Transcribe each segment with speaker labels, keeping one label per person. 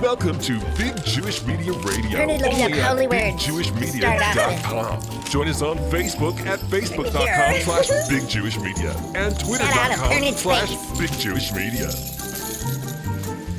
Speaker 1: Welcome to Big Jewish Media Radio.
Speaker 2: Ernie, look
Speaker 1: only
Speaker 2: up
Speaker 1: at
Speaker 2: holy words.
Speaker 1: BigJewishMedia.com. Join us on Facebook at
Speaker 2: Here.
Speaker 1: Facebook.com slash Big Jewish Media and
Speaker 2: Shout out of
Speaker 1: Twitter.com
Speaker 2: Ernie's
Speaker 1: slash
Speaker 2: face.
Speaker 1: Big Jewish Media.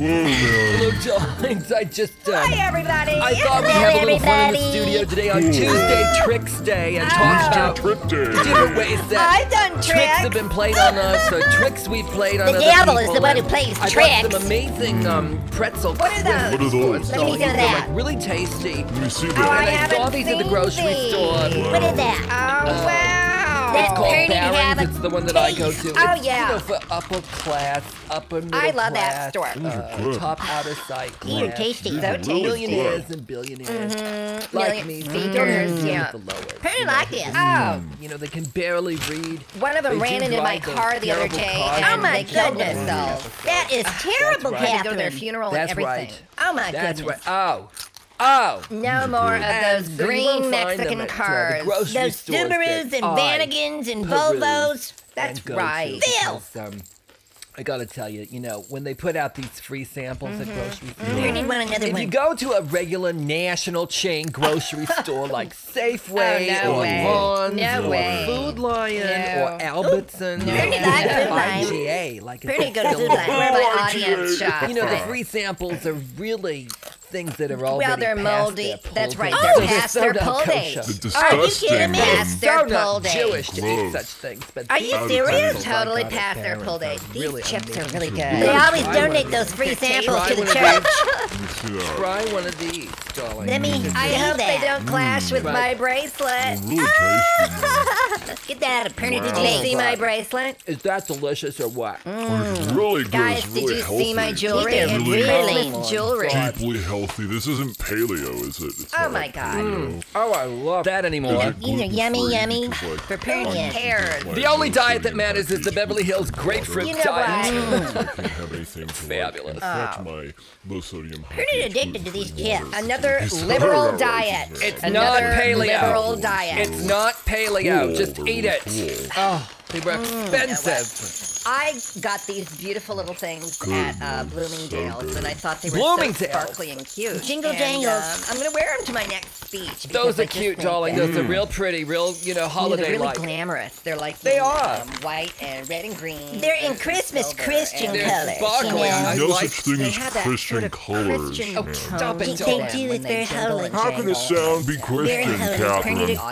Speaker 1: Whoa, man.
Speaker 3: Hello, Johns. I just. Uh,
Speaker 2: Hi, everybody.
Speaker 3: I thought we'd have a little fun in the
Speaker 2: everybody.
Speaker 3: studio today on Tuesday, Tricks Day, and
Speaker 2: Ah.
Speaker 3: talk about
Speaker 1: Trip day.
Speaker 3: different ways that
Speaker 2: I've done
Speaker 3: tricks have
Speaker 2: tricks.
Speaker 3: been played on us, or tricks we've played on
Speaker 2: The
Speaker 3: other
Speaker 2: devil is
Speaker 3: people,
Speaker 2: the one
Speaker 3: and
Speaker 2: who plays
Speaker 3: I got
Speaker 2: tricks.
Speaker 3: some amazing um, pretzel
Speaker 2: What are those?
Speaker 1: What are those?
Speaker 2: Let me
Speaker 3: These
Speaker 2: do
Speaker 3: are,
Speaker 2: that.
Speaker 3: Like really tasty.
Speaker 1: Let me see
Speaker 2: Oh,
Speaker 3: And
Speaker 2: I
Speaker 1: that.
Speaker 3: I saw
Speaker 2: haven't
Speaker 3: these at the
Speaker 2: seen
Speaker 3: grocery
Speaker 2: these.
Speaker 3: store.
Speaker 2: What is that?
Speaker 4: Oh, wow.
Speaker 2: That's
Speaker 3: called
Speaker 2: Ernie, we have
Speaker 3: Barron's.
Speaker 2: a
Speaker 3: It's the one that I go to.
Speaker 2: taste.
Speaker 3: It's,
Speaker 2: Oh,
Speaker 3: You
Speaker 2: yeah.
Speaker 3: know, for upper class, upper middle
Speaker 4: I love
Speaker 3: class,
Speaker 4: that store.
Speaker 3: Uh, top outer sight.
Speaker 2: Ooh,
Speaker 3: class.
Speaker 2: tasty.
Speaker 1: These are really
Speaker 3: Millionaires
Speaker 1: good.
Speaker 3: and billionaires. Like
Speaker 4: Million-
Speaker 3: me,
Speaker 4: billionaires,
Speaker 3: mm
Speaker 4: mm-hmm. yeah.
Speaker 3: the lowest.
Speaker 2: Pretty
Speaker 3: you know,
Speaker 2: like this.
Speaker 4: Oh,
Speaker 3: You know, they can barely read.
Speaker 4: one of them
Speaker 3: They
Speaker 4: ran
Speaker 3: do
Speaker 4: into my
Speaker 3: drive those
Speaker 4: car the other
Speaker 3: terrible
Speaker 4: day.
Speaker 3: cars
Speaker 4: And
Speaker 2: Oh, my
Speaker 4: they killed
Speaker 2: goodness.
Speaker 4: themselves.
Speaker 2: That is terrible,
Speaker 3: right.
Speaker 4: I had to go to their
Speaker 2: Catherine.
Speaker 4: funeral
Speaker 3: That's
Speaker 4: and everything.
Speaker 3: right.
Speaker 2: Oh, my
Speaker 3: That's right.
Speaker 2: goodness.
Speaker 3: Oh. Oh.
Speaker 4: No more of
Speaker 3: And
Speaker 4: those
Speaker 3: so you won't
Speaker 4: green
Speaker 3: find them
Speaker 4: Mexican
Speaker 3: at, uh, the
Speaker 4: cars.
Speaker 3: grocery
Speaker 2: Those
Speaker 3: stores that
Speaker 2: Subarus and
Speaker 3: I
Speaker 2: Vanagons and
Speaker 3: peruse
Speaker 2: Volvos.
Speaker 4: That's
Speaker 3: and go to
Speaker 4: right.
Speaker 3: because, um, I gotta tell you, you know, when they put out these free samples
Speaker 4: Mm-hmm.
Speaker 3: at grocery stores,
Speaker 2: We need one another
Speaker 3: If you
Speaker 2: one.
Speaker 3: go to a regular national chain grocery store like Safeway
Speaker 4: Oh, no
Speaker 3: or
Speaker 4: way.
Speaker 3: Vons
Speaker 4: No
Speaker 3: or
Speaker 4: way.
Speaker 3: Food Lion
Speaker 4: No.
Speaker 3: or Albertsons or
Speaker 2: Pretty like Food Lion.
Speaker 3: IGA, like it's
Speaker 2: Pretty
Speaker 3: a
Speaker 2: good food
Speaker 3: film.
Speaker 2: Lion.
Speaker 4: Where my
Speaker 1: Oh,
Speaker 4: audience
Speaker 1: yeah.
Speaker 4: shops.
Speaker 3: You know, the free samples are really things that are already
Speaker 4: they're
Speaker 3: past their
Speaker 4: moldy.
Speaker 3: pull
Speaker 4: That's right,
Speaker 3: date.
Speaker 4: they're
Speaker 3: So
Speaker 4: past
Speaker 3: so
Speaker 4: their
Speaker 3: not
Speaker 4: pull date.
Speaker 3: kosher.
Speaker 1: The
Speaker 2: Are you
Speaker 1: disgusting. Oh,
Speaker 2: kidding me?
Speaker 4: Yes.
Speaker 2: It's their
Speaker 3: so
Speaker 2: pull
Speaker 3: not
Speaker 2: date.
Speaker 3: Jewish to eat
Speaker 1: Gross.
Speaker 3: such things. But
Speaker 4: Are you
Speaker 3: these
Speaker 4: serious?
Speaker 3: samples I
Speaker 4: Totally
Speaker 3: got
Speaker 4: past
Speaker 3: at
Speaker 4: their pull date.
Speaker 3: Barron's are
Speaker 4: These
Speaker 3: really
Speaker 4: chips are
Speaker 3: amazing.
Speaker 4: really
Speaker 2: They
Speaker 4: good.
Speaker 2: always
Speaker 3: Try
Speaker 2: donate
Speaker 3: one.
Speaker 2: those free samples
Speaker 3: Try
Speaker 2: to the
Speaker 3: one of
Speaker 2: church.
Speaker 3: these.
Speaker 1: Let me see that.
Speaker 3: Try one of these, darling.
Speaker 2: Let me
Speaker 4: I
Speaker 2: see
Speaker 4: hope they
Speaker 2: that.
Speaker 4: don't clash with
Speaker 3: Mm. Right.
Speaker 4: my bracelet.
Speaker 1: Really tasty, man.
Speaker 2: Get that out of Perny.
Speaker 1: Wow.
Speaker 2: Did
Speaker 4: Did you see
Speaker 2: you
Speaker 4: my bracelet?
Speaker 3: Is that delicious or what?
Speaker 4: Mm.
Speaker 1: It's really good.
Speaker 4: Guys,
Speaker 1: it's
Speaker 4: did
Speaker 1: really
Speaker 4: you
Speaker 1: healthy.
Speaker 4: see my jewelry?
Speaker 2: They're
Speaker 4: It's
Speaker 1: really-
Speaker 4: Christmas
Speaker 2: Oh,
Speaker 4: jewelry.
Speaker 1: Deeply healthy. This isn't paleo, is it? It's
Speaker 4: Oh
Speaker 1: not
Speaker 4: my
Speaker 1: like
Speaker 4: God.
Speaker 1: paleo.
Speaker 3: Oh, I love that anymore.
Speaker 2: These are yummy,
Speaker 1: gluten-free,
Speaker 2: yummy
Speaker 1: because, like,
Speaker 2: for
Speaker 4: Who
Speaker 2: Perny.
Speaker 4: cares?
Speaker 3: The only diet that matters is the Beverly Hills grapefruit
Speaker 4: You know
Speaker 3: diet.
Speaker 1: I can't have anything to
Speaker 3: Fabulous.
Speaker 1: Like, affect my low sodium.
Speaker 2: Pretty addicted to these chips.
Speaker 4: Another
Speaker 1: It's
Speaker 4: liberal
Speaker 1: terrible.
Speaker 4: diet.
Speaker 3: It's
Speaker 4: Another
Speaker 3: not paleo.
Speaker 4: liberal diet.
Speaker 3: It's not paleo. Just eat it. Oh, they were
Speaker 4: Mm,
Speaker 3: expensive.
Speaker 4: I got these beautiful little things at uh, Bloomingdale's, and I thought they were so
Speaker 3: Bloomingdale's.
Speaker 4: sparkly and cute.
Speaker 2: Jingle
Speaker 4: And,
Speaker 2: jangles.
Speaker 4: um, I'm gonna wear them to my next speech. because
Speaker 3: Those
Speaker 4: I
Speaker 3: are
Speaker 4: just
Speaker 3: cute,
Speaker 4: think
Speaker 3: darling.
Speaker 4: that-
Speaker 3: Those are real pretty, real, you know,
Speaker 4: I mean,
Speaker 3: holiday
Speaker 4: They're really
Speaker 3: like.
Speaker 4: glamorous. They're like
Speaker 3: They
Speaker 4: the,
Speaker 3: are.
Speaker 4: um, white and red and green.
Speaker 2: They're in
Speaker 4: and
Speaker 2: Christmas
Speaker 4: silver
Speaker 2: Christian
Speaker 4: and-
Speaker 3: They're
Speaker 2: colors.
Speaker 3: sparkling. I
Speaker 1: No
Speaker 3: like-
Speaker 1: such thing
Speaker 4: They
Speaker 1: as
Speaker 4: have that
Speaker 1: Christian
Speaker 4: sort of
Speaker 1: colors.
Speaker 4: Christian
Speaker 3: Oh, stop
Speaker 4: tone
Speaker 3: it,
Speaker 4: to
Speaker 3: They
Speaker 4: them
Speaker 2: do,
Speaker 4: when
Speaker 2: it's
Speaker 4: they
Speaker 2: very
Speaker 4: jingle
Speaker 2: holy.
Speaker 4: and
Speaker 1: How can
Speaker 4: jangle.
Speaker 1: it sound be
Speaker 2: Very
Speaker 1: Christian,
Speaker 2: holy.
Speaker 1: Catherine?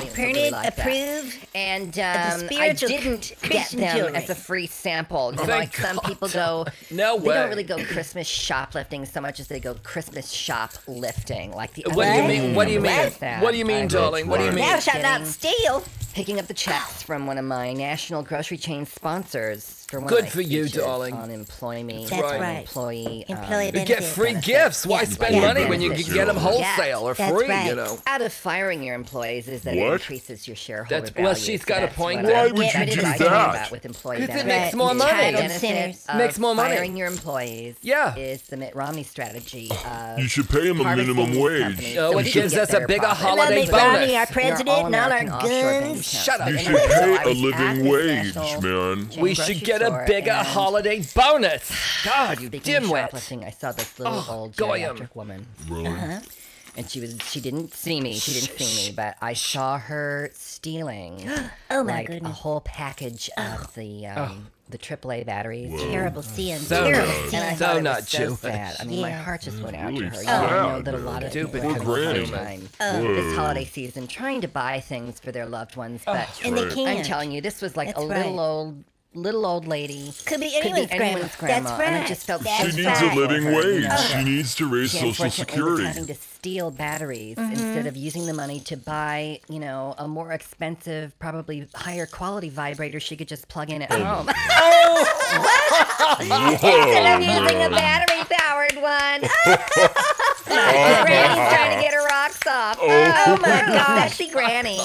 Speaker 2: Perny,
Speaker 4: Really like that.
Speaker 2: approve.
Speaker 4: And
Speaker 2: the
Speaker 4: um, I
Speaker 2: spiritual
Speaker 4: didn't get
Speaker 2: Christian
Speaker 4: them
Speaker 2: children.
Speaker 4: as a free sample. You know,
Speaker 3: Thank
Speaker 4: like some
Speaker 3: Oh God.
Speaker 4: people go,
Speaker 3: No
Speaker 4: they
Speaker 3: way.
Speaker 4: don't really go Christmas shoplifting so much as they go Christmas shoplifting. Like the
Speaker 3: What do you
Speaker 4: other
Speaker 3: mean?
Speaker 4: day.
Speaker 3: What do you mean?
Speaker 4: What's that?
Speaker 3: What do you mean,
Speaker 4: I'm
Speaker 3: darling? What do you
Speaker 1: right.
Speaker 3: mean?
Speaker 2: Thou shalt not steal.
Speaker 4: Picking up the checks from one of my national grocery chain sponsors for one
Speaker 3: Good
Speaker 4: of my
Speaker 3: for you,
Speaker 4: speeches
Speaker 3: darling.
Speaker 4: on employment.
Speaker 2: That's
Speaker 4: and
Speaker 2: right.
Speaker 4: Employee. um,
Speaker 2: Employee
Speaker 3: You get
Speaker 2: benefits.
Speaker 3: free gifts. Why spend
Speaker 2: Yeah.
Speaker 3: money when you can get them wholesale or
Speaker 2: That's
Speaker 3: free, you
Speaker 2: right.
Speaker 3: know?
Speaker 4: out of firing your employees is that
Speaker 1: What?
Speaker 4: it increases your shareholder
Speaker 3: That's-
Speaker 4: value.
Speaker 3: well, she's got a
Speaker 4: That's
Speaker 3: point
Speaker 4: what
Speaker 3: there.
Speaker 4: I'm
Speaker 1: Why would you
Speaker 4: getting at.
Speaker 1: do
Speaker 4: That's what I'm
Speaker 1: that?
Speaker 4: about With employee
Speaker 3: 'Cause it
Speaker 4: benefits.
Speaker 3: makes more
Speaker 4: The
Speaker 3: money.
Speaker 4: child
Speaker 3: Child
Speaker 4: benefit
Speaker 2: centers.
Speaker 4: of
Speaker 3: Makes more money.
Speaker 4: Firing your employees.
Speaker 3: Yeah.
Speaker 4: Is the Mitt Romney strategy of
Speaker 1: You should pay him a
Speaker 4: harvesting
Speaker 1: minimum
Speaker 4: these
Speaker 1: wage.
Speaker 4: companies
Speaker 3: No,
Speaker 4: so
Speaker 3: it
Speaker 4: we
Speaker 3: Oh, gives
Speaker 4: can
Speaker 3: us
Speaker 4: get
Speaker 3: a
Speaker 4: their
Speaker 3: bigger
Speaker 4: profits.
Speaker 3: holiday
Speaker 2: Love me,
Speaker 3: Holiday
Speaker 2: Romney,
Speaker 3: bonus.
Speaker 2: our president, and all our
Speaker 4: American offshore bank
Speaker 2: guns.
Speaker 4: accounts.
Speaker 3: Shut up.
Speaker 1: You
Speaker 4: And
Speaker 1: should
Speaker 4: so
Speaker 1: pay
Speaker 4: I
Speaker 1: a
Speaker 4: was at
Speaker 1: living
Speaker 4: this
Speaker 1: wage,
Speaker 4: national
Speaker 1: man.
Speaker 4: chain
Speaker 3: We should
Speaker 4: grocery
Speaker 3: get a
Speaker 4: store
Speaker 3: bigger
Speaker 4: and
Speaker 3: holiday bonus. God, Ah, you
Speaker 4: Speaking of
Speaker 3: dimwit.
Speaker 4: shoplifting, I saw this little
Speaker 3: Oh,
Speaker 4: old
Speaker 3: goyim.
Speaker 4: geriatric woman, Uh-huh.
Speaker 1: Really?
Speaker 4: and she was she didn't see me. She didn't see me, but I saw her stealing
Speaker 2: Oh my
Speaker 4: like a
Speaker 2: goodness.
Speaker 4: whole package of the um, the AAA batteries.
Speaker 2: Terrible sin.
Speaker 3: So
Speaker 2: Terrible
Speaker 3: good.
Speaker 4: And I
Speaker 2: sin.
Speaker 3: So
Speaker 4: thought it
Speaker 3: Oh, not
Speaker 4: was so
Speaker 3: Jewish.
Speaker 4: sad. I mean, my
Speaker 2: Yeah.
Speaker 4: heart just went out
Speaker 1: Really
Speaker 4: to her. You
Speaker 1: sad,
Speaker 4: know that a lot of
Speaker 3: Stupid
Speaker 4: people have a hard
Speaker 1: Granny.
Speaker 4: time
Speaker 1: Oh.
Speaker 4: this holiday season trying to buy things for their loved ones, but
Speaker 2: And they
Speaker 1: Right.
Speaker 2: can't.
Speaker 4: I'm telling you, this was like a
Speaker 2: That's
Speaker 4: little
Speaker 2: right.
Speaker 4: old little old lady.
Speaker 2: Could be
Speaker 4: Could be
Speaker 2: anyone's,
Speaker 4: anyone's grandma.
Speaker 2: That's
Speaker 4: And
Speaker 2: right.
Speaker 4: I just felt
Speaker 2: That's
Speaker 4: so
Speaker 1: She needs a
Speaker 2: right.
Speaker 1: living
Speaker 4: Right.
Speaker 1: wage.
Speaker 4: Yeah.
Speaker 1: She needs to raise
Speaker 4: She
Speaker 1: Social
Speaker 4: unfortunately was
Speaker 1: Security.
Speaker 4: having to steal batteries
Speaker 2: Mm-hmm.
Speaker 4: instead of using the money to buy, you know, a more expensive, probably higher quality vibrator she could just plug in at
Speaker 1: Oh,
Speaker 4: home.
Speaker 1: Whoa,
Speaker 4: I'm using a
Speaker 1: man.
Speaker 4: battery powered one. Granny's trying to get her rocks off. Oh, my gosh, that's the granny.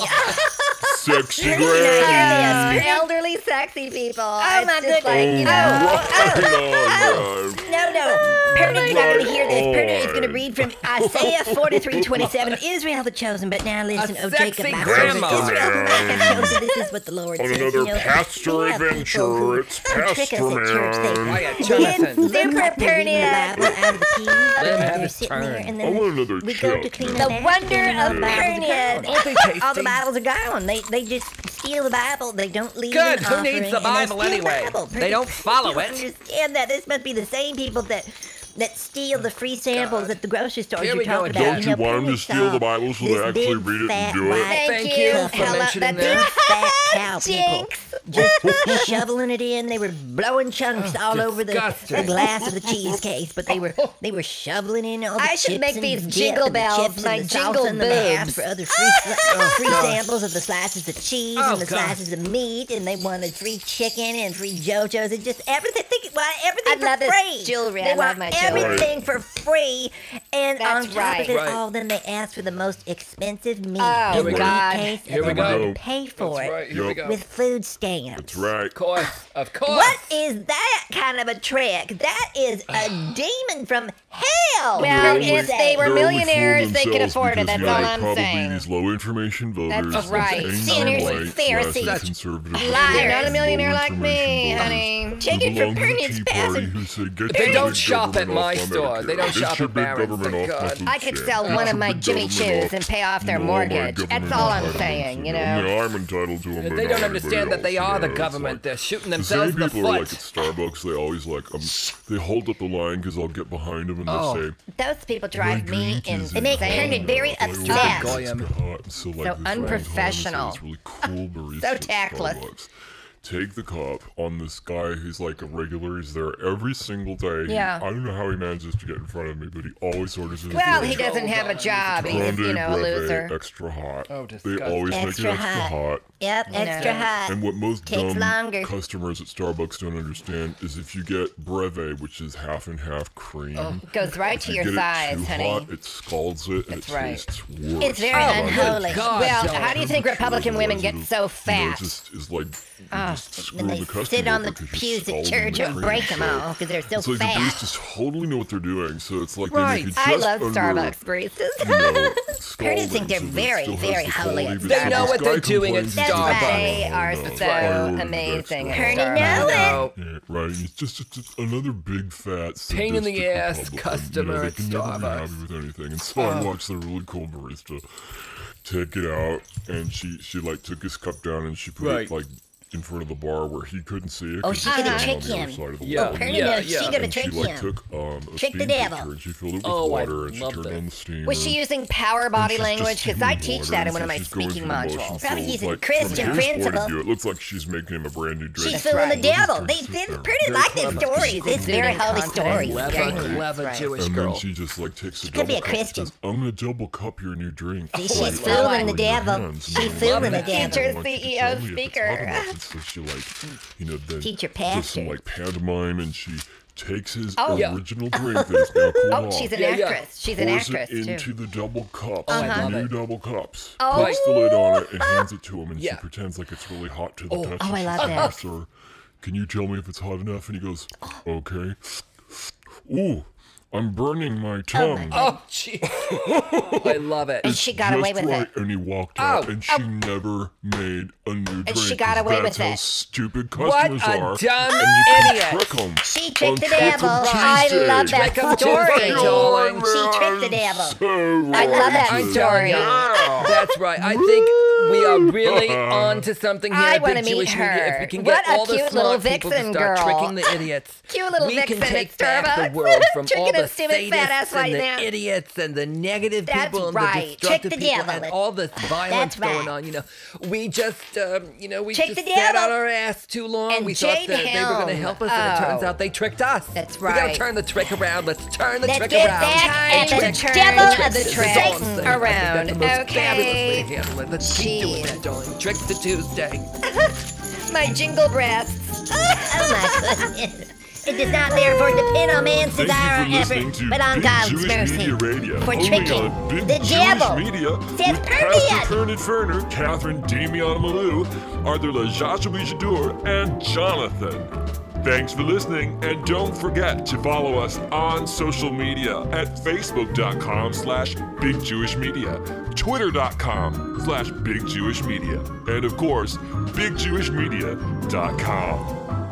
Speaker 1: sexy
Speaker 2: Yeah.
Speaker 1: granny.
Speaker 4: elderly, sexy people.
Speaker 2: Oh,
Speaker 4: It's
Speaker 2: my
Speaker 4: just
Speaker 2: goodness.
Speaker 4: Like, you know,
Speaker 1: Right on, man.
Speaker 2: No,
Speaker 1: Oh
Speaker 2: no. Pernod's not going to hear this.
Speaker 1: Right
Speaker 2: Pernod is going to
Speaker 1: on.
Speaker 2: read from Isaiah 43, 27. Israel the chosen, but now listen,
Speaker 3: A
Speaker 2: O Jacob,
Speaker 3: sexy
Speaker 2: my
Speaker 3: grandma.
Speaker 2: servant Israel, the chosen. This is what the Lord
Speaker 1: On
Speaker 2: says.
Speaker 1: another
Speaker 2: you know,
Speaker 1: pastor
Speaker 2: you have people
Speaker 1: adventure,
Speaker 2: who
Speaker 1: it's
Speaker 2: trick us at
Speaker 1: Pastor
Speaker 2: church. uh, They
Speaker 1: Man.
Speaker 3: Oh, yeah,
Speaker 2: Then
Speaker 3: Jonathan.
Speaker 2: they're preparing it up.
Speaker 3: Let him have
Speaker 2: They're
Speaker 3: his
Speaker 2: sitting there,
Speaker 3: turn.
Speaker 2: and
Speaker 1: I want
Speaker 2: then
Speaker 1: another
Speaker 2: we go
Speaker 1: chapter.
Speaker 2: to clean
Speaker 4: The
Speaker 2: up after,
Speaker 4: wonder
Speaker 2: and all
Speaker 4: of
Speaker 2: the Bibles are
Speaker 4: Pernian.
Speaker 2: gone.
Speaker 3: Aren't they
Speaker 2: All the
Speaker 3: tasty?
Speaker 2: Bibles are gone. They they just steal the Bible. They don't leave.
Speaker 3: Good,
Speaker 2: An
Speaker 3: who needs
Speaker 2: offering,
Speaker 3: the
Speaker 2: and they
Speaker 3: Bible
Speaker 2: steal the
Speaker 3: anyway?
Speaker 2: Bible.
Speaker 3: They don't follow
Speaker 2: You
Speaker 3: it.
Speaker 2: Understand that this must be the same people that. That steal the free samples at the grocery stores
Speaker 3: Here
Speaker 2: you
Speaker 3: we go
Speaker 2: talk
Speaker 3: again.
Speaker 2: about.
Speaker 3: Don't
Speaker 1: you
Speaker 2: know,
Speaker 1: want 'em to
Speaker 2: Pernian
Speaker 1: steal the
Speaker 2: saw
Speaker 1: Bible so they
Speaker 2: this
Speaker 1: actually
Speaker 2: big,
Speaker 1: read it and
Speaker 2: fat,
Speaker 1: do it?
Speaker 2: white
Speaker 3: Thank
Speaker 4: you
Speaker 2: cow
Speaker 4: for
Speaker 2: fella-
Speaker 3: mentioning
Speaker 2: that big
Speaker 3: that.
Speaker 2: fat cow people
Speaker 4: Jinx. Oh,
Speaker 2: just shoveling it in. They were blowing chunks all over the,
Speaker 3: disgusting.
Speaker 2: the glass of the cheesecake, but they were they were shoveling in all the
Speaker 4: I should
Speaker 2: chips
Speaker 4: make
Speaker 2: and
Speaker 4: these
Speaker 2: the dip
Speaker 4: jingle
Speaker 2: and the
Speaker 4: bells
Speaker 2: chips and
Speaker 4: my
Speaker 2: the
Speaker 4: jingle
Speaker 2: salsa and the halves
Speaker 4: boobs.
Speaker 2: for other free, sli- uh, free samples of the slices of cheese
Speaker 3: Oh,
Speaker 2: and the
Speaker 3: God.
Speaker 2: slices of meat, and they wanted free chicken and free JoJo's and just everything. Think, well, everything
Speaker 4: I
Speaker 2: for
Speaker 4: love this
Speaker 2: free.
Speaker 4: jewelry.
Speaker 2: They
Speaker 4: I love
Speaker 2: want
Speaker 4: my jewelry.
Speaker 2: everything for free, and
Speaker 4: That's
Speaker 2: on top
Speaker 4: right.
Speaker 2: of it
Speaker 3: Right.
Speaker 2: all, then they asked for the most expensive meat.
Speaker 4: Oh,
Speaker 2: in
Speaker 3: we
Speaker 2: the
Speaker 3: go.
Speaker 2: case, and
Speaker 3: Here we
Speaker 2: they wanted
Speaker 1: go.
Speaker 2: to Pay for
Speaker 3: That's
Speaker 2: it
Speaker 3: right. Here we
Speaker 1: Yup.
Speaker 3: go.
Speaker 2: with food stamps.
Speaker 1: Right.
Speaker 3: Of course. Of course.
Speaker 2: What is that kind of a trick? That is a demon from hell.
Speaker 4: Well,
Speaker 2: for goodness
Speaker 4: if they
Speaker 2: sake.
Speaker 4: were
Speaker 1: They're only fooling
Speaker 4: millionaires, they could
Speaker 1: themselves
Speaker 4: afford
Speaker 1: because
Speaker 4: it. That's
Speaker 1: they are
Speaker 4: all I'm
Speaker 1: probably
Speaker 4: saying.
Speaker 1: These low information voters.
Speaker 4: That's right.
Speaker 1: angry
Speaker 4: Sinners
Speaker 1: white, classes,
Speaker 4: and Pharisees.
Speaker 1: conservative
Speaker 4: Liar.
Speaker 1: Republicans,
Speaker 4: Not a millionaire
Speaker 1: low
Speaker 4: like me,
Speaker 1: information
Speaker 4: honey.
Speaker 1: voters
Speaker 2: Chicken
Speaker 1: who belong
Speaker 2: for
Speaker 1: to the
Speaker 2: Pernian's
Speaker 1: Tea Party
Speaker 2: peasant.
Speaker 1: who say, "Get
Speaker 3: They
Speaker 1: your
Speaker 3: don't
Speaker 1: big
Speaker 3: shop
Speaker 1: government
Speaker 3: at my
Speaker 1: off my
Speaker 3: store. They
Speaker 1: Medicare.
Speaker 3: don't
Speaker 1: Get
Speaker 3: shop
Speaker 1: your
Speaker 3: at
Speaker 1: big
Speaker 3: Barron's,
Speaker 1: government
Speaker 3: thank
Speaker 1: off my
Speaker 3: God.
Speaker 1: food
Speaker 4: I could
Speaker 1: stamps.
Speaker 4: sell
Speaker 1: Get
Speaker 4: one
Speaker 1: your
Speaker 4: of my
Speaker 1: big
Speaker 4: Jimmy
Speaker 1: government
Speaker 4: Choo's
Speaker 1: off
Speaker 4: and pay off their
Speaker 1: my
Speaker 4: mortgage.
Speaker 1: government
Speaker 4: That's all I'm
Speaker 1: entitlements,
Speaker 4: saying, you
Speaker 1: Yeah,
Speaker 4: know.
Speaker 1: I'm entitled to them.
Speaker 3: They don't understand that they are the government. They're shooting
Speaker 1: The same
Speaker 3: themselves in the
Speaker 1: people are like at
Speaker 3: foot.
Speaker 1: Starbucks. They always like um, they hold up the line because I'll get behind them and they'll
Speaker 3: Oh.
Speaker 1: say,
Speaker 4: Those people
Speaker 1: "My
Speaker 4: drive me
Speaker 1: drink
Speaker 4: insane.
Speaker 1: is
Speaker 4: They make Henry very
Speaker 1: I always
Speaker 4: upset.
Speaker 1: think it's
Speaker 3: Goyim.
Speaker 1: got- So, like, this
Speaker 4: unprofessional.
Speaker 1: This really cool barista
Speaker 4: So
Speaker 1: at
Speaker 4: tactless.
Speaker 1: Starbucks. Take the cup on this guy who's like a regular. He's there every single day. He-
Speaker 4: Yeah.
Speaker 1: I don't know how he manages to get in front of me, but he always orders his.
Speaker 4: Well, he
Speaker 1: drink.
Speaker 4: doesn't have a job. He's,
Speaker 1: Grande
Speaker 4: you know, a
Speaker 1: Breve,
Speaker 4: loser.
Speaker 1: Extra hot.
Speaker 3: Oh,
Speaker 1: They
Speaker 3: disgusting.
Speaker 1: always
Speaker 2: Extra
Speaker 1: make it extra
Speaker 2: hot.
Speaker 1: hot.
Speaker 2: Yep, extra
Speaker 4: No.
Speaker 2: hot.
Speaker 1: And what most
Speaker 2: Takes
Speaker 1: dumb
Speaker 2: longer.
Speaker 1: customers at Starbucks don't understand is if you get breve, which is half and half cream,
Speaker 4: Goes right
Speaker 1: if
Speaker 4: to
Speaker 1: you
Speaker 4: your
Speaker 1: get it
Speaker 4: thighs,
Speaker 1: too
Speaker 4: honey.
Speaker 1: hot, it scalds it and
Speaker 4: That's
Speaker 1: it
Speaker 4: right.
Speaker 1: tastes worse.
Speaker 4: It's very
Speaker 1: Oh,
Speaker 4: unholy.
Speaker 3: God,
Speaker 4: well,
Speaker 2: uh,
Speaker 3: Joey.
Speaker 4: how do you think Republican women get so
Speaker 1: You know, it
Speaker 4: fat? Ah,
Speaker 1: just is like you just screw
Speaker 2: When they
Speaker 1: the customer
Speaker 2: sit on the
Speaker 1: because you're
Speaker 2: pews at
Speaker 1: scalding
Speaker 2: church
Speaker 1: the
Speaker 2: and
Speaker 1: cream,
Speaker 2: break them
Speaker 1: so-
Speaker 2: all because they're so
Speaker 1: It's like the
Speaker 2: fat.
Speaker 1: baristas totally know what they're doing, so it's like
Speaker 3: Right.
Speaker 1: they make it just
Speaker 4: I love
Speaker 1: under,
Speaker 4: Starbucks baristas.
Speaker 1: You know,
Speaker 2: Parents
Speaker 1: scalding,
Speaker 2: think they're
Speaker 1: so that it
Speaker 2: very,
Speaker 1: still has
Speaker 2: very
Speaker 1: the
Speaker 2: holy
Speaker 1: quality, but
Speaker 2: at
Speaker 3: Starbucks.
Speaker 1: so
Speaker 3: They know
Speaker 1: this
Speaker 3: what they're
Speaker 1: guy
Speaker 3: doing at
Speaker 1: complains, he's
Speaker 3: Starbucks.
Speaker 1: like, "Oh,
Speaker 4: They
Speaker 1: no,
Speaker 4: are
Speaker 1: no, I
Speaker 4: so
Speaker 1: ordered extra
Speaker 4: amazing at
Speaker 1: hot."
Speaker 2: Hernie
Speaker 4: Starbucks.
Speaker 2: know it.
Speaker 3: No.
Speaker 1: Yeah, right. It's just it's just another big fat
Speaker 3: Pain in the
Speaker 1: sadistic
Speaker 3: ass
Speaker 1: Republican.
Speaker 3: customer
Speaker 1: You know, they
Speaker 3: at
Speaker 1: can never be
Speaker 3: Starbucks. Oh.
Speaker 1: happy with anything. And so I watched the really cool barista take it out, and she she like took his cup down and she put it
Speaker 3: Right.
Speaker 1: like in front of the bar where he couldn't see it.
Speaker 2: Oh,
Speaker 1: 'cause
Speaker 2: she
Speaker 1: it
Speaker 2: gonna
Speaker 1: was on
Speaker 2: trick
Speaker 1: the other
Speaker 2: him.
Speaker 1: side of the
Speaker 3: Yeah,
Speaker 1: wall.
Speaker 2: Pernie
Speaker 3: yeah,
Speaker 2: knows
Speaker 3: yeah.
Speaker 2: she gonna
Speaker 1: And she
Speaker 2: trick
Speaker 1: like
Speaker 2: him.
Speaker 1: took um, a
Speaker 2: Trick the
Speaker 1: steam
Speaker 2: devil.
Speaker 1: picture and she filled it with
Speaker 3: Oh, I
Speaker 1: water and she
Speaker 3: love
Speaker 1: turned
Speaker 3: that.
Speaker 1: on the steamer.
Speaker 4: Was she using power body
Speaker 1: She's just
Speaker 4: language? Because I
Speaker 1: doing
Speaker 4: teach
Speaker 1: water,
Speaker 4: that in
Speaker 1: and
Speaker 4: one of
Speaker 1: so
Speaker 4: my
Speaker 1: she's going
Speaker 4: speaking
Speaker 1: through the motions.
Speaker 4: modules.
Speaker 1: So
Speaker 2: Probably
Speaker 1: it's
Speaker 2: using
Speaker 1: like,
Speaker 2: Christian
Speaker 1: from his point of
Speaker 2: principle.
Speaker 1: view, It looks like she's making him a brand new drink.
Speaker 2: She's
Speaker 4: That's
Speaker 2: fooling the
Speaker 4: right.
Speaker 2: devil. They,
Speaker 1: Just
Speaker 2: they
Speaker 1: there.
Speaker 2: pretty
Speaker 1: Very
Speaker 2: like their
Speaker 1: clever.
Speaker 2: stories. It's very holy
Speaker 4: Very
Speaker 2: stories.
Speaker 3: Clever,
Speaker 4: Very
Speaker 3: clever
Speaker 4: Right.
Speaker 3: Jewish
Speaker 1: And
Speaker 3: girl.
Speaker 1: then she just like takes a
Speaker 2: could
Speaker 1: double
Speaker 2: be a
Speaker 1: cup. and
Speaker 2: Christian.
Speaker 1: says, I'm gonna double cup your new drink.
Speaker 2: See, she's
Speaker 1: Like, I'll
Speaker 2: fooling the
Speaker 1: put it in your
Speaker 2: devil.
Speaker 1: hands,
Speaker 2: She's
Speaker 1: and then
Speaker 2: fooling
Speaker 1: I'll
Speaker 2: the
Speaker 1: let you
Speaker 4: devil.
Speaker 1: know what
Speaker 2: E
Speaker 1: you can tell me if
Speaker 4: Teacher,
Speaker 1: it's
Speaker 4: CEO,
Speaker 1: hot enough."
Speaker 4: speaker.
Speaker 1: And so she like, you know, then
Speaker 2: Teacher,
Speaker 1: does some
Speaker 2: pastor.
Speaker 1: like pantomime, and she takes his
Speaker 4: Oh. Yeah.
Speaker 1: original drink that is now cooled
Speaker 4: Oh,
Speaker 1: off.
Speaker 4: she's an
Speaker 3: Yeah, yeah.
Speaker 4: actress. She's an
Speaker 1: pours
Speaker 4: actress,
Speaker 1: it into
Speaker 4: too.
Speaker 1: the double cups,
Speaker 3: I
Speaker 1: the
Speaker 3: love
Speaker 1: new
Speaker 3: it.
Speaker 1: double cups.
Speaker 4: Oh.
Speaker 1: Puts the lid on it and hands it to him, and
Speaker 3: Yeah.
Speaker 1: she pretends like it's really hot to the touch.
Speaker 2: Oh,
Speaker 1: and
Speaker 2: I
Speaker 1: she
Speaker 2: love
Speaker 1: says,
Speaker 2: that.
Speaker 1: Sir, can you tell me if it's hot enough? And he goes, okay. Ooh, I'm burning my tongue.
Speaker 3: Oh, gee. I love it.
Speaker 4: And she got
Speaker 1: Just
Speaker 4: away with
Speaker 1: right,
Speaker 4: it.
Speaker 1: and he walked out,
Speaker 3: Oh.
Speaker 1: and she never made a new drink.
Speaker 4: she
Speaker 1: 'cause
Speaker 4: got away
Speaker 1: that's
Speaker 4: with
Speaker 1: how
Speaker 4: it.
Speaker 1: Stupid
Speaker 3: What
Speaker 1: customers
Speaker 3: a
Speaker 1: are.
Speaker 3: dumb
Speaker 1: and you
Speaker 3: idiot.
Speaker 1: can trick 'em
Speaker 2: She
Speaker 1: on
Speaker 2: tricked the
Speaker 1: Trick 'em
Speaker 2: devil. Oh, I
Speaker 1: Tuesday.
Speaker 2: love that
Speaker 3: Trick 'em Tuesday,
Speaker 2: story.
Speaker 3: darling.
Speaker 2: She tricked the devil.
Speaker 1: I
Speaker 4: love that
Speaker 3: I'm
Speaker 4: story.
Speaker 3: sorry. That's right. I think we are really on to something here.
Speaker 4: I
Speaker 3: at Big
Speaker 4: wanna meet
Speaker 3: Jewish Media.
Speaker 4: her.
Speaker 3: If we can
Speaker 4: What
Speaker 3: get
Speaker 4: a
Speaker 3: all the
Speaker 4: cute
Speaker 3: smart
Speaker 4: little
Speaker 3: people to
Speaker 4: vixen
Speaker 3: start
Speaker 4: girl.
Speaker 3: tricking the idiots,
Speaker 4: Cute little
Speaker 3: we
Speaker 4: vixen
Speaker 3: can
Speaker 4: at
Speaker 3: take back the
Speaker 4: Starbucks.
Speaker 3: world from
Speaker 4: Tricking
Speaker 3: all the
Speaker 4: a stupid fat ass
Speaker 3: sadists
Speaker 4: right
Speaker 3: and
Speaker 4: now.
Speaker 3: the idiots and the negative
Speaker 4: That's
Speaker 3: people and
Speaker 4: right.
Speaker 3: the
Speaker 4: Trick
Speaker 3: destructive
Speaker 2: the
Speaker 3: people
Speaker 2: devil.
Speaker 3: and all this violence
Speaker 2: That's right.
Speaker 3: going on. You know, we just, um, you know, we
Speaker 4: Trick
Speaker 3: just
Speaker 4: the
Speaker 3: sat
Speaker 4: devil.
Speaker 3: on our ass too long.
Speaker 4: And
Speaker 3: we
Speaker 4: Jade
Speaker 3: thought that they were going to
Speaker 4: Helm.
Speaker 3: help us, and it turns
Speaker 4: Oh.
Speaker 3: out they tricked us.
Speaker 4: That's
Speaker 3: We
Speaker 4: right.
Speaker 3: gotta turn the trick around. Let's turn the
Speaker 2: Let's
Speaker 3: trick
Speaker 2: get
Speaker 3: around.
Speaker 2: back
Speaker 3: and
Speaker 2: at the
Speaker 3: trick
Speaker 2: devil of
Speaker 3: tricks.
Speaker 2: the
Speaker 3: That's
Speaker 2: trick.
Speaker 3: all I'm saying. I think that's the most
Speaker 4: Around.
Speaker 3: fabulous
Speaker 4: Okay.
Speaker 3: way to handle it. Let's keep doing that, darling. Trick the Tuesday.
Speaker 4: My jingle breasts.
Speaker 2: Oh my goodness. It does not therefore depend on man's
Speaker 1: Thank
Speaker 2: desire
Speaker 1: you
Speaker 2: or
Speaker 1: for listening
Speaker 2: effort,
Speaker 1: to
Speaker 2: but on
Speaker 1: Big
Speaker 2: God's
Speaker 1: Jewish
Speaker 2: mercy.
Speaker 1: Media Radio.
Speaker 2: for
Speaker 1: Only
Speaker 2: tricking
Speaker 1: on Big
Speaker 2: the
Speaker 1: Jewish
Speaker 2: devil.
Speaker 1: Media
Speaker 2: Says
Speaker 1: with
Speaker 2: Pernian.
Speaker 1: Pastor Kernan Ferner, Catherine Damian Malou, Arthur LaJoshua Jadour, and Jonathan. Thanks for listening, and don't forget to follow us on social media at facebook.com slash Big Jewish Media, twitter.com slash Big Jewish Media, and of course, bigjewishmedia.com.